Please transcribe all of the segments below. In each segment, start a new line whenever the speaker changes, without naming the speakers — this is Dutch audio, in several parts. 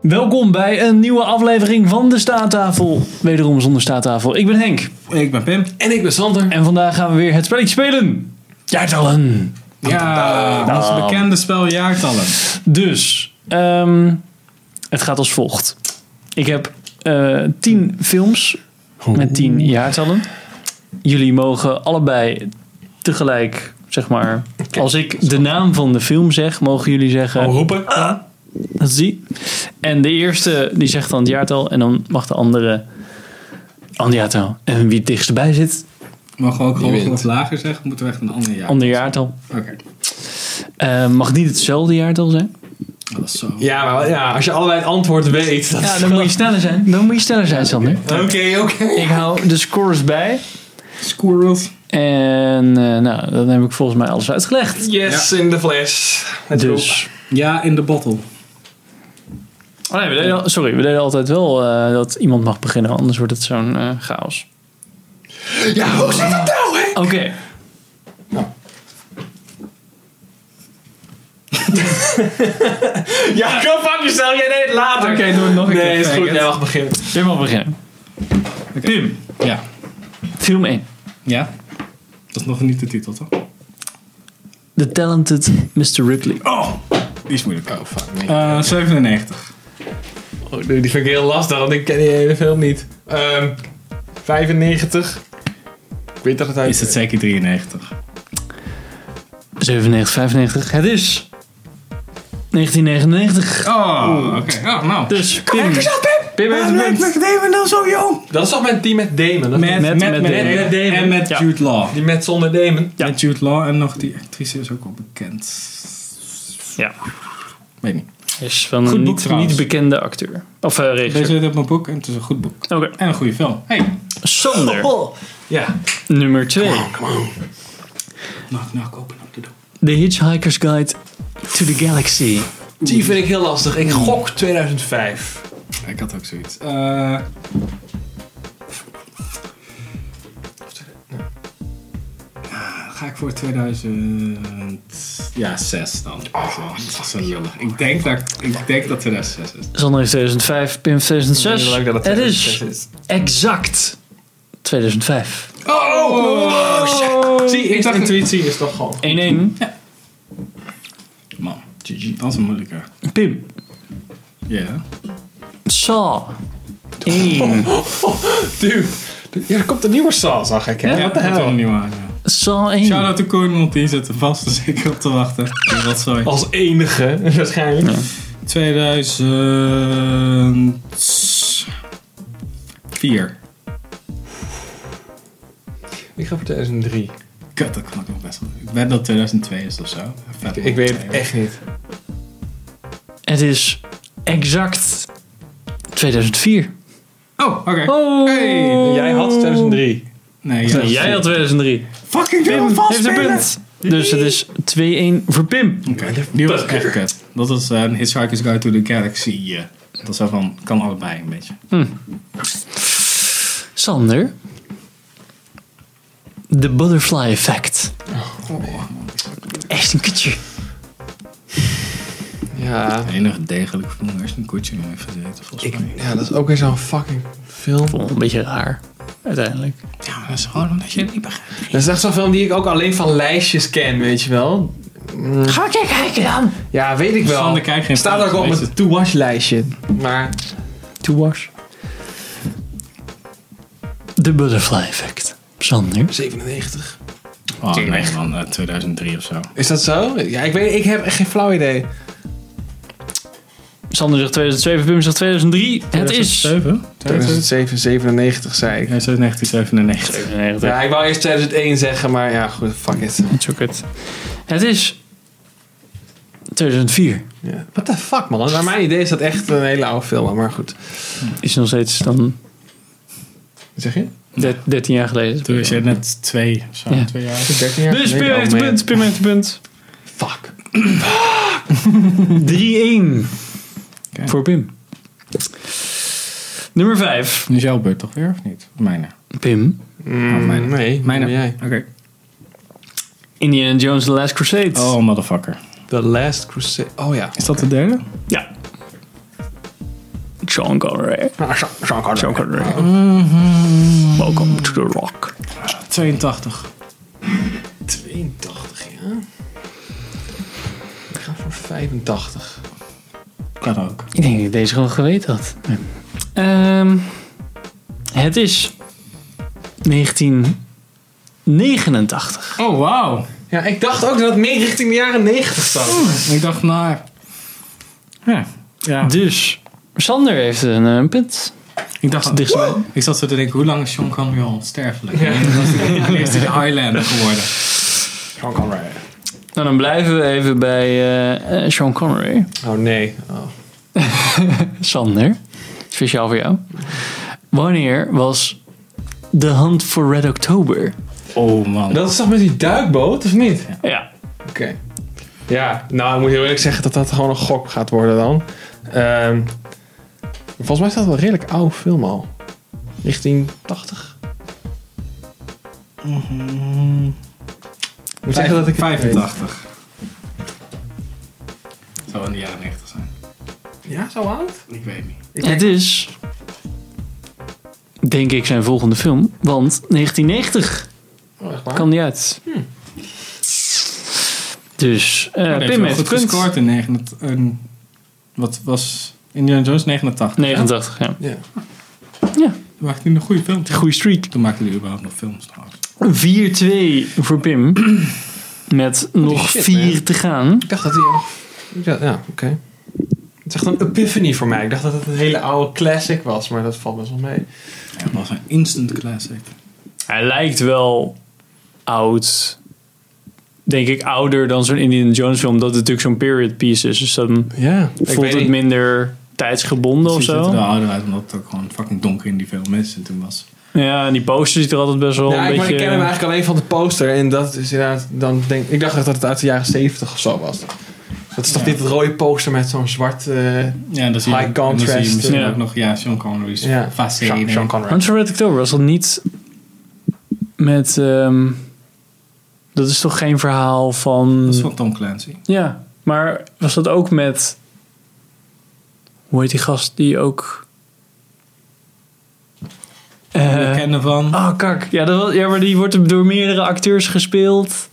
Welkom bij een nieuwe aflevering van de Staattafel. Wederom zonder Staattafel. Ik ben Henk.
Ik ben Pim.
En ik ben Sander.
En vandaag gaan we weer het spelletje spelen. Jaartallen.
Ja, ons bekende spel jaartallen.
Dus, ehm, het gaat als volgt. Ik heb eh, tien films met tien jaartallen. Jullie mogen allebei tegelijk, zeg maar... Als ik de naam van de film zeg, mogen jullie zeggen...
roepen.
Dat is die. En de eerste die zegt dan het jaartal. En dan mag de andere ander jaartal. En wie het dichtstbij zit,
Mag ook gewoon
wint.
wat lager zeggen, moeten we echt een ander jaar.
ander jaartal.
Oké,
Eh, mag niet hetzelfde jaartal zijn.
dat is zo.
Ja, maar ja, als je allebei het antwoord weet. dat-
Ja, dan moet je sneller zijn. Dan moet je sneller zijn, Sander.
Oké, oké.
Ik hou de scores bij.
Squirrels.
En eh, nou, dan heb ik volgens mij alles uitgelegd.
Yes, in de fles. Met
Dus.
Ja, in de bottle.
Oh nee, we deden al- sorry, we deden altijd wel eh, dat iemand mag beginnen, anders wordt het zo'n eh, chaos.
roep. Ja, hoe zit dat nou, hè?
Oké.
Ja, go fuck yourself. Jij deed het later.
Oké, doe het nog een
Nee,
keer.
is goed.
Fuck it.
Jij mag beginnen.
Jij mag beginnen. Pim,
Ja.
film 1.
Ja? Dat is nog niet de titel, toch?
The Talented Mr. Ripley.
Oh, die is moeilijk.
Oh, fuck me.
Eh, 97.
Oh, nee, die vind ik heel lastig, want ik ken die hele film niet. Ehm 95. Ik weet dat het uit
Is het zeker 93?
97, 95. Het is 1999.
Oh, oké. Oh, nou.
Dus Pim,
Kijk eens aan, Pim!
Pim heeft het punt.
Damon dan zo jong?
Dat is toch mijn team met Damon? dat-
Met, met, met, met,
met Damon.
En met
Ja.
Jude Law.
Die met zonder Damon.
Ja.
Met Jude Law en nog die actrice is ook wel bekend.
Ja,
Weet niet.
is van
Goed
een
boek
niet,
trouwens.
niet bekende acteur. Of eh,
Deze
regisseur.
zit op mijn boek en het is een goed boek.
Oké,
En een goede film. Hey.
Sander.
Oh. Ja.
Nummer 2.
Knock, knock, open up the door.
The Hitchhiker's Guide to the Galaxy.
Die vind ik heel lastig. Ik gok 2005.
Ik had ook zoiets. Eh, ga ik voor 2000. Ja, 6 dan. Zo, Oh, dat is wel lullig. Ik denk dat, ik denk dat 2006 is.
Sander heeft 2005, Pim heeft 2006.
Leuk dat het
het
2006
is exact 2005. 1-1.
Oh, shit. Zie, ik dacht
Eerste
intuïtie is toch gewoon.
Man, GG. Dat is een moeilijke.
Pim,
Ja.
Saw. 1.
Dude. Ja, er komt een nieuwe Saw, zag ik, hè?
Ja,
Wat de
dat is wel
hel?
nieuw aan. Ja.
Saw 1.
Shout out to Koen, want die zit er vast zeker op te wachten. Wat sorry.
Als enige, waarschijnlijk.
2004.
Ik ga voor 2003.
Kut, dat kan ik nog best wel. Ik ben dat 2002 is of zo. Vet,
Ik weet het echt niet.
Het is exact 2004.
Oh, oké.
Oh.
Hey.
Jij had 2003.
Nee,
Nee, jij had 2003.
Fucking Pim
Heeft een punt. Dus het is 2-1 voor Pim.
Oké, die was echt kut. Dat was eh, een Hitchhiker's Guide to the Galaxy. eh, Dat is wel van, kan allebei een beetje.
Sander. The Butterfly Effect. Echt een kutje.
Ja.
Het enige degelijke film is een koetje in heeft gezeten, volgens mij.
Ja, dat is ook weer zo'n fucking film.
Vond een beetje raar. Uiteindelijk.
Ja, maar dat is gewoon omdat je het niet begrijpt.
Dat is echt zo'n film die ik ook alleen van lijstjes ken, weet je wel?
Ga ik kijken dan.
Ja, weet ik wel.
Sander kijkt geen
Staat
films,
ook op
weet
mijn to-watch lijstje. Maar
To wash. The Butterfly Effect. Sander.
97.
Oh nee
Tuurlijk.
man, eh, 2003 of zo.
Is dat zo? Ja, ik weet, ik heb echt geen flauw idee.
Sander zegt 2007, Pim zegt 2003. Het is...
2007, 97 zei
Ja,
ik.
1997.
Ja, ik wou eerst 2001 zeggen, maar ja, goed, fuck it.
Zoek het. Het is 2004.
Ja. What the fuck, man? Naar mijn idee is dat echt een hele oude film, maar goed.
Is nog steeds dan
Wat zeg je?
der- 13 jaar geleden.
Toen was jij net twee of zo,
Ja.
twee jaar.
13 jaar?
Dus
Nee,
Pim
oh,
heeft een
man.
punt, Pim heeft een punt.
Fuck.
3-1
Oké.
voor Pim. Nummer 5.
Nu is jouw beurt toch weer, of niet? Mijne.
Pim.
Oh, mijne.
Hmm. Nee,
Mijne.
ben jij.
Oké.
Indiana Jones The Last Crusade.
Oh, motherfucker.
The Last Crusade. Oh ja.
Is dat de derde?
Ja. Sean Connery.
Sean Connery.
Sean Connery. Welcome to the rock.
82.
82, ja. Ik ga voor 85.
Kan ook.
Ik denk dat ik deze gewoon geweten had. Nee. Ehm, het is 1989.
Oh, wauw.
Ja, ik dacht ook dat het meer richting de jaren 90 zat.
Ik dacht naar... Ja. ja.
Dus Sander heeft een, eh, punt.
Ik dacht
dichtstbij.
Ik zat zo te denken, hoe lang is Sean Connery al sterfelijk? Ja. Dan is hij de Highlander geworden.
Sean Connery.
Nou, dan blijven we even bij eh, eh, Sean Connery.
Oh nee. Oh.
Sander, speciaal voor jou. Wanneer was The Hunt for Red October?
Oh man.
Dat is toch met die duikboot, of niet?
Ja.
Oké. Ja, nou, ik moet heel eerlijk zeggen dat dat gewoon een gok gaat worden dan. Ehm, volgens mij is dat wel een redelijk oude film al. 1980? Ik moet zeggen dat ik het
85. Zou in de jaren 90 zijn.
weet. Ja, zo oud?
Ik weet niet.
Het is, denk ik, zijn volgende film. Want 1990
Oh, echt waar?
kan die uit. Dus, eh,
Ja,
Pim heeft
goed
het punt.
gescoord in 89. en wat was Indiana Jones 89?
89, ja.
Ja.
ja.
Toen maakte hij een goede film.
Goeie streak.
Toen maakte hij überhaupt nog films trouwens.
4-2 voor Pim. Met nog
shit,
4
man.
te gaan.
Ik dacht dat hij nog... Ja, ja oké. Het is echt een epiphany voor mij. Ik dacht dat het een hele oude classic was, maar dat valt best wel mee.
Dat was een instant classic.
Hij lijkt wel oud. Denk ik ouder dan zo'n Indiana Jones film. Dat het natuurlijk zo'n period piece is. Dus dan
Ja, ik
voelt
weet
het
niet.
minder tijdsgebonden of
Precies, ziet er wel
zo.
ouder uit, omdat het ook gewoon fucking donker in die film is. En toen was...
Ja, en die poster ziet er altijd best wel
ja,
een
ik, maar
beetje...
ik ken hem eigenlijk alleen van de poster. En dat is inderdaad, dan denk, ik dacht echt dat het uit de jaren 70 of zo was. Dat is toch
Ja.
dit rode poster met zo'n zwart... eh,
Ja, en dan zie
High
je, en dan zie je
contrast,
misschien
ja.
ook nog ja, Sean Connery's
ja,
facé.
Sean, Sean Connery.
Hunt for Red October was dat niet met... ehm, dat is toch geen verhaal van...
Dat is van Tom Clancy.
Ja, maar was dat ook met... Hoe heet die gast die ook...
We
Eh,
kennen van...
Ah, kak. Ja, dat was- ja, maar die wordt door meerdere acteurs gespeeld.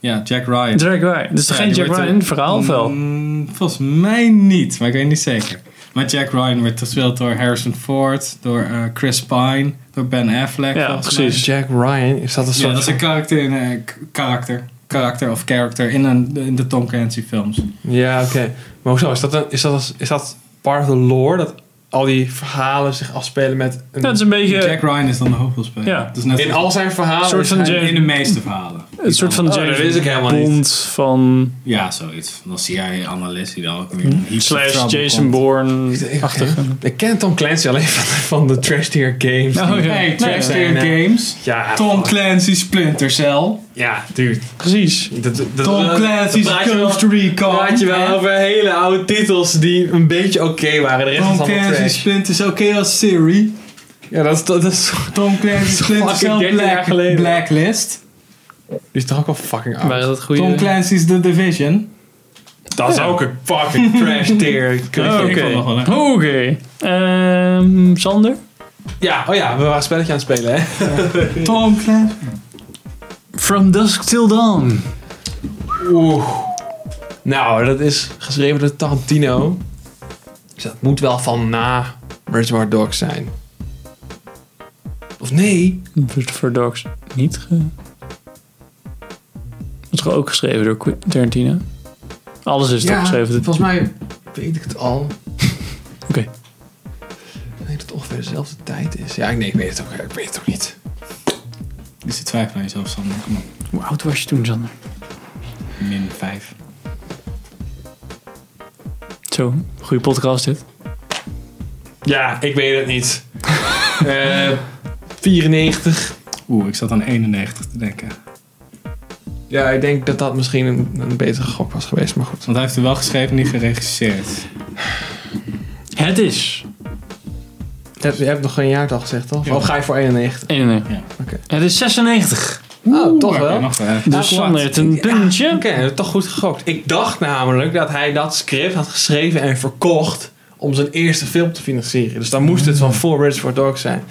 Ja, Jack Ryan.
Jack Ryan. Dus toch
Ja,
geen
die
Jack
wordt,
Ryan
eh,
in het verhaal of wel?
Mm, volgens mij niet, maar ik weet niet zeker. Maar Jack Ryan werd gespeeld door Harrison Ford, door eh, Chris Pine, door Ben Affleck.
Ja,
volgens
precies.
Jack Ryan, is dat een
mij. Ja,
soort...
dat is een karakter in eh, k- karakter. Karakter of character in, een, in de Tom Clancy films.
Ja, oké. Maar hoezo? Is dat, een, is, dat, is dat part of the lore? Dat al die verhalen zich afspelen met... Een,
Dat is een beetje
Jack Ryan is dan de hoofdrolspeler.
Ja.
Dat is net
in
als-
al zijn verhalen...
Soort
is
van
hij-
Jack-
in de meeste verhalen.
een soort van
Oh, dat
James
wist ik helemaal niet.
Bond van...
Ja, zoiets. Dan zie jij analist die dan ook
Hm?
weer in heaps of
Slash
trouble
Jason Nou,
komt.
Ik-
Bourne-achtig.
Ik ken Tom Clancy alleen van, van de Trash Tier Games.
Oh, ja.
Hey,
Nee,
Trash Tier
nee, nee.
Games.
Ja,
Tom Clancy Splinter Cell.
Ja, dude.
Precies.
Dat, dat,
Tom
dat-
Clancy's
dat praat je wel-
Ghost Recon.
praat je wel over hele oude titels die een beetje oké waren. De rest
Tom
is allemaal
Clancy's
trash.
Splinter Cell Chaos Theory.
Ja, dat is, dat is,
Tom Clancy's Splinter
fucking
Cell
13 jaar
Black,
geleden.
Blacklist.
die is toch ook al fucking oud.
Waren dat goede...
Tom Clancy's The Division.
dat is ook een fucking trash tier.
Oh,
Ik vond
Oké.
het nog wel leuk.
Oké. Ehm, Sander?
Ja, oh ja, we waren een spelletje aan het spelen, hè?
Tom Clancy.
From Dusk Till Dawn.
Oeh. Nou, dat is geschreven door Tarantino. Dus dat moet wel van na Reservoir Dogs zijn. Of nee?
Voor Dogs niet ge... Dat is toch ook geschreven door Quentin Tarantino? Alles is toch geschreven door...
volgens mij weet ik het al.
Oké.
Ik denk dat het ongeveer dezelfde tijd is. Ja, ik- nee, ik weet het ook, ik weet het ook niet.
Dus je twijfelt aan jezelf, Sander. Kom op.
Hoe oud was je toen, Sander?
Min 5.
Zo, goede podcast dit.
Ja, ik weet het niet. Eh 94.
Oeh, ik zat aan 91 te denken.
Ja, ik denk dat dat misschien een, een betere gok was geweest, maar goed.
Want hij heeft er wel geschreven, niet geregisseerd.
Het is.
Je hebt, je hebt nog geen jaartal gezegd, toch?
Ja.
Of Oh, ga je voor 91?
91.
Ja.
Oké.
Het is 96.
oh, toch
Oeh,
wel.
oké, Nog wel.
Dus
Ah,
Sander
wat?
heeft een puntje.
Oké, we hebben toch goed gegokt. Ik dacht namelijk dat hij dat script had geschreven en verkocht om zijn eerste film te financieren. Dus dan moest het van voor Reservoir Dogs zijn.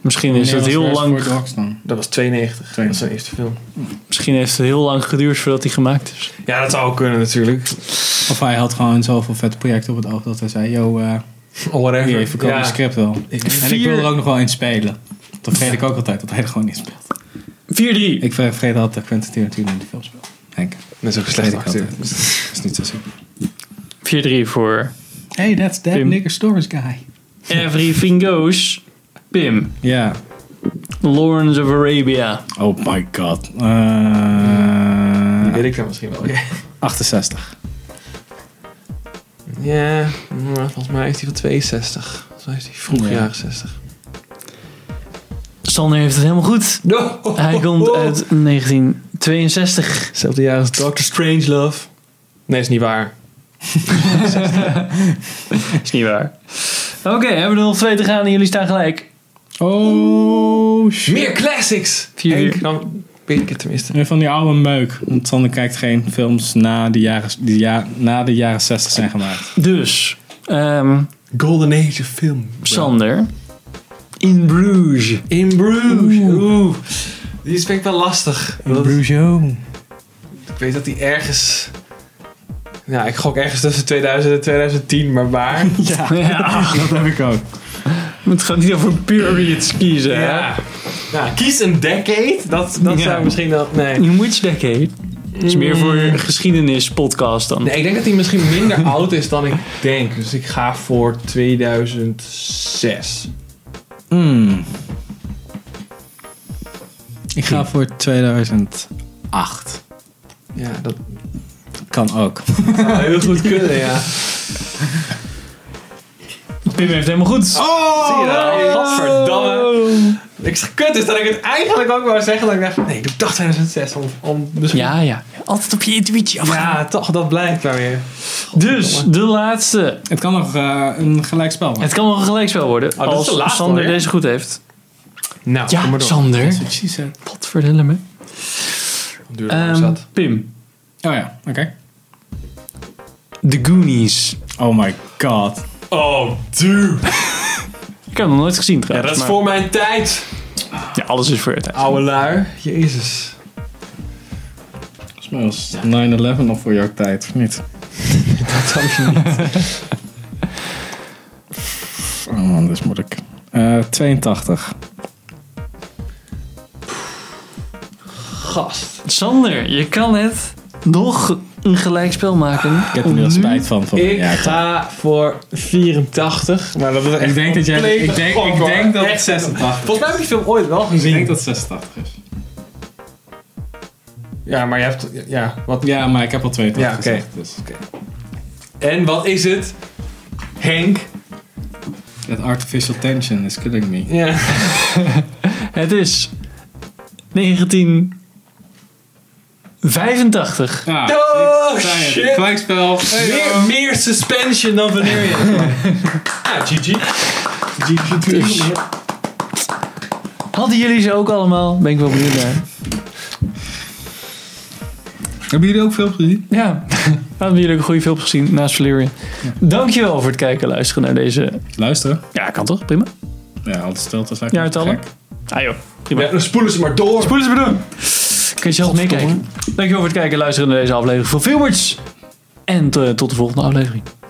Misschien is het
Nederlands
heel
Reservoir
lang,
Dogs dan.
Dat was 92. Dat is zijn eerste film.
misschien heeft het heel lang geduurd voordat hij gemaakt is.
Ja, dat zou ook kunnen natuurlijk.
Of hij had gewoon zoveel vette projecten op het oog dat hij zei: Yo, eh
Whatever.
hier, verkoop
Ja.
mijn script wel. En ik wil er ook nog wel in spelen. Dat vergeet ik ook altijd, dat hij er gewoon in speelt.
4-3.
Ik ver- vergeet altijd dat Quentin Tarantino in de film speelt. Henk,
Dat is ook een
dat vergeet
slechte
ik
acteur.
altijd. Dat is niet zo super.
4-3 voor
Hey, that's that
Pim.
nigger stories guy.
Everything Goes. Pim.
Ja.
Lawrence of Arabia.
Oh my god. Eh,
Die weet ik dan misschien wel. Ja,
68.
ja maar volgens mij is hij van 62. Volgens mij is hij vroeg
Ja.
jaren 60.
Sander heeft het helemaal goed. Hij komt uit 1962.
Hetzelfde jaar als Doctor Strangelove. Nee, is niet waar.
Is niet waar. Oké, hebben we er nog twee te gaan en jullie staan gelijk.
Oh shit.
Meer classics!
Vier.
Henk, dan weet ik het tenminste.
Weer Van die oude meuk. Want Sander kijkt geen films na de jaren, die ja, na de jaren 60 zijn gemaakt.
Dus, ehm,
Golden Age of film.
Sander. In Bruges.
In Bruges. Oeh. Die is vind ik wel lastig. Dat-
Brujo.
ik weet dat die ergens... Ja, ik gok ergens tussen 2000 en 2010, maar waar?
Ja,
Ja,
dat heb ik ook.
het gaat niet over periods kiezen. hè?
Ja. Nou, kies een decade. Dat, dat
Ja.
zou ik misschien wel... Nee.
In which decade? Eh. Het is meer voor een geschiedenispodcast dan.
Nee, ik denk dat hij misschien minder oud is dan ik denk. Dus ik ga voor 2006. Hmm.
Mm. Ik ga voor 2008.
Ja, dat
Kan ook.
zou heel goed kunnen, ja.
Pim heeft helemaal goed.
Oh, Zie je dat? Godverdamme.
Oh.
Ik zeg, kut is dat ik het eigenlijk ook wou zeggen. Dat ik dacht, nee, ik dacht 2006. Om, om misschien...
Ja, ja. Altijd op je intuïtie afgaan.
Ja, toch, dat blijkt maar weer.
Dus, de laatste.
Het kan nog eh, een gelijkspel worden.
Het kan wel een gelijkspel worden.
Oh, dat is
als
de laatste
Sander
alweer.
deze goed heeft.
Nou,
Ja,
kom maar door.
Sander.
That's what she said.
Wat vertellen me.
Hoe duur is dat?
Ehm, Pim.
Oh ja, oké.
The Goonies.
Oh my god.
Oh, dude.
Ik heb hem nog nooit gezien
Ja,
trouwens.
dat is
maar-
voor mijn tijd.
Ja, alles is voor je tijd.
Oude lui. Jezus.
Volgens mij was 9-11 nog voor jouw tijd, of niet?
Dat zou je niet.
Oh man, dit is moeilijk. Eh 82.
Gast.
Sander, je kan het nog een gelijkspel maken.
Ik heb er nu al spijt van. van
Oh, Ik
ja, ik-
ga voor 84. Maar dat is echt
ik denk dat jij... Ik denk,
complete
ik
gok,
denk
hoor.
dat het
Echt.
86
Volgens mij heb ik die film ooit wel
Ik denk
gezien.
dat het 86 is.
Ja, maar je hebt... Ja, wat...
Ja, maar ik heb al 82
Ja, oké.
gezegd, dus.
En wat is het? Henk.
That artificial tension is killing me.
Ja.
Het is 1985.
Ja,
Oh,
ik zei het.
shit.
Gelijkspel.
Meer,
eh.
meer suspension dan wanneer je... Ah, Ja, GG.
Dus. Hadden jullie ze ook allemaal? Ben ik wel benieuwd naar.
Hebben jullie ook veel gezien?
Ja, hadden jullie ook een goede film gezien naast Valerian. Dankjewel voor het kijken en luisteren naar deze...
Luisteren.
Ja, kan toch? Prima.
Ja, altijd stilte is eigenlijk
Jaartallen.
gek.
Ah joh, prima.
Ja, dan spoelen ze maar door.
Spoelen ze bedoelen. Kun je zelf meekijken. Dankjewel voor het kijken en luisteren naar deze aflevering van Filmers. En eh, tot de volgende aflevering.